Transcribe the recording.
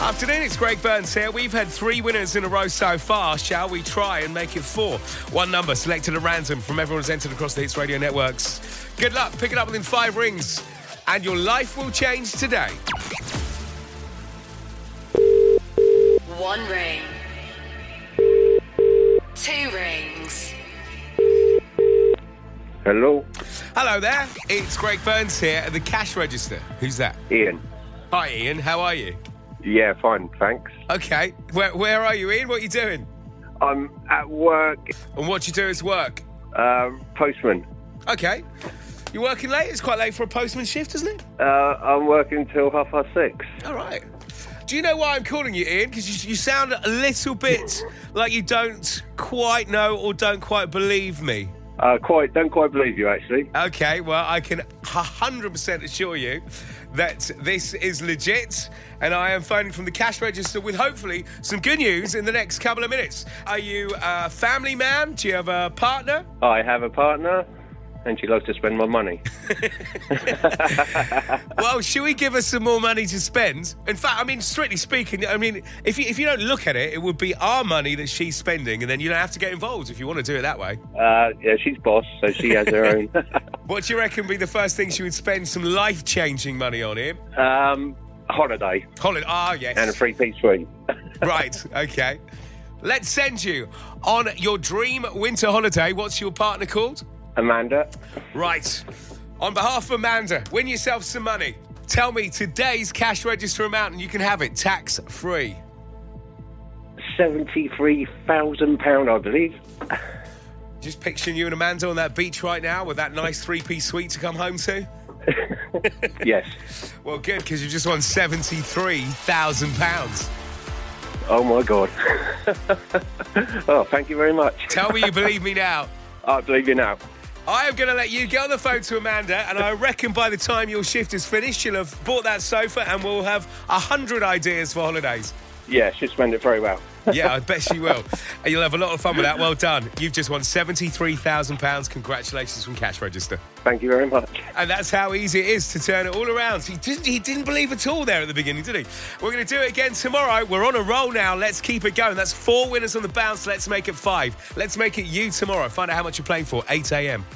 Afternoon, it's Greg Burns here. We've had three winners in a row so far. Shall we try and make it four? One number selected at random from everyone who's entered across the Hits Radio networks. Good luck. Pick it up within five rings, and your life will change today. One ring. Two rings. Hello, Hello there. It's Greg Burns here at the cash register. Who's that? Ian. Hi, Ian. How are you? Yeah, fine, thanks. Okay. Where, where are you, Ian? What are you doing? I'm at work, And what you do is work. uh, postman. Okay. You're working late? It's quite late for a postman shift, isn't it? Uh, I'm working till half past six. All right. Do you know why I'm calling you, Ian? Because you, you sound a little bit like you don't quite know or don't quite believe me. Uh, quite, don't quite believe you actually. Okay, well, I can 100% assure you that this is legit, and I am phoning from the cash register with hopefully some good news in the next couple of minutes. Are you a family man? Do you have a partner? I have a partner, and she loves to spend my money. Well, should we give us some more money to spend? In fact, I mean, strictly speaking, I mean, if you, if you don't look at it, it would be our money that she's spending, and then you don't have to get involved if you want to do it that way. Uh, yeah, she's boss, so she has her own. What do you reckon would be the first thing she would spend some life changing money on, Ian? um, holiday Holland. Ah, and a yes. free piece suite. right, okay. Let's send you on your dream winter holiday. What's your partner called? Amanda, Right. On behalf of Amanda, win yourself some money. Tell me today's cash register amount and you can have it tax free. seventy-three thousand pound, I believe. Just picturing you and Amanda on that beach right now with that nice three piece suite to come home to. Yes. Well, good, because you've just won £73,000. Oh my God. oh, thank you very much. Tell me you believe me now. I believe you now. I am going to let you get on the phone to Amanda, and I reckon by the time your shift is finished, you'll have bought that sofa and we'll have a hundred ideas for holidays. Yeah, she'll spend it very well. Yeah, I bet she will. And you'll have a lot of fun with that. Well done. You've just won £73,000. Congratulations from Cash Register. Thank you very much. And that's how easy it is to turn it all around. He didn't, he didn't believe at all there at the beginning, did he? We're going to do it again tomorrow. We're on a roll now. Let's keep it going. That's four winners on the bounce. Let's make it five. Let's make it you tomorrow. Find out how much you're playing for. 8 a.m.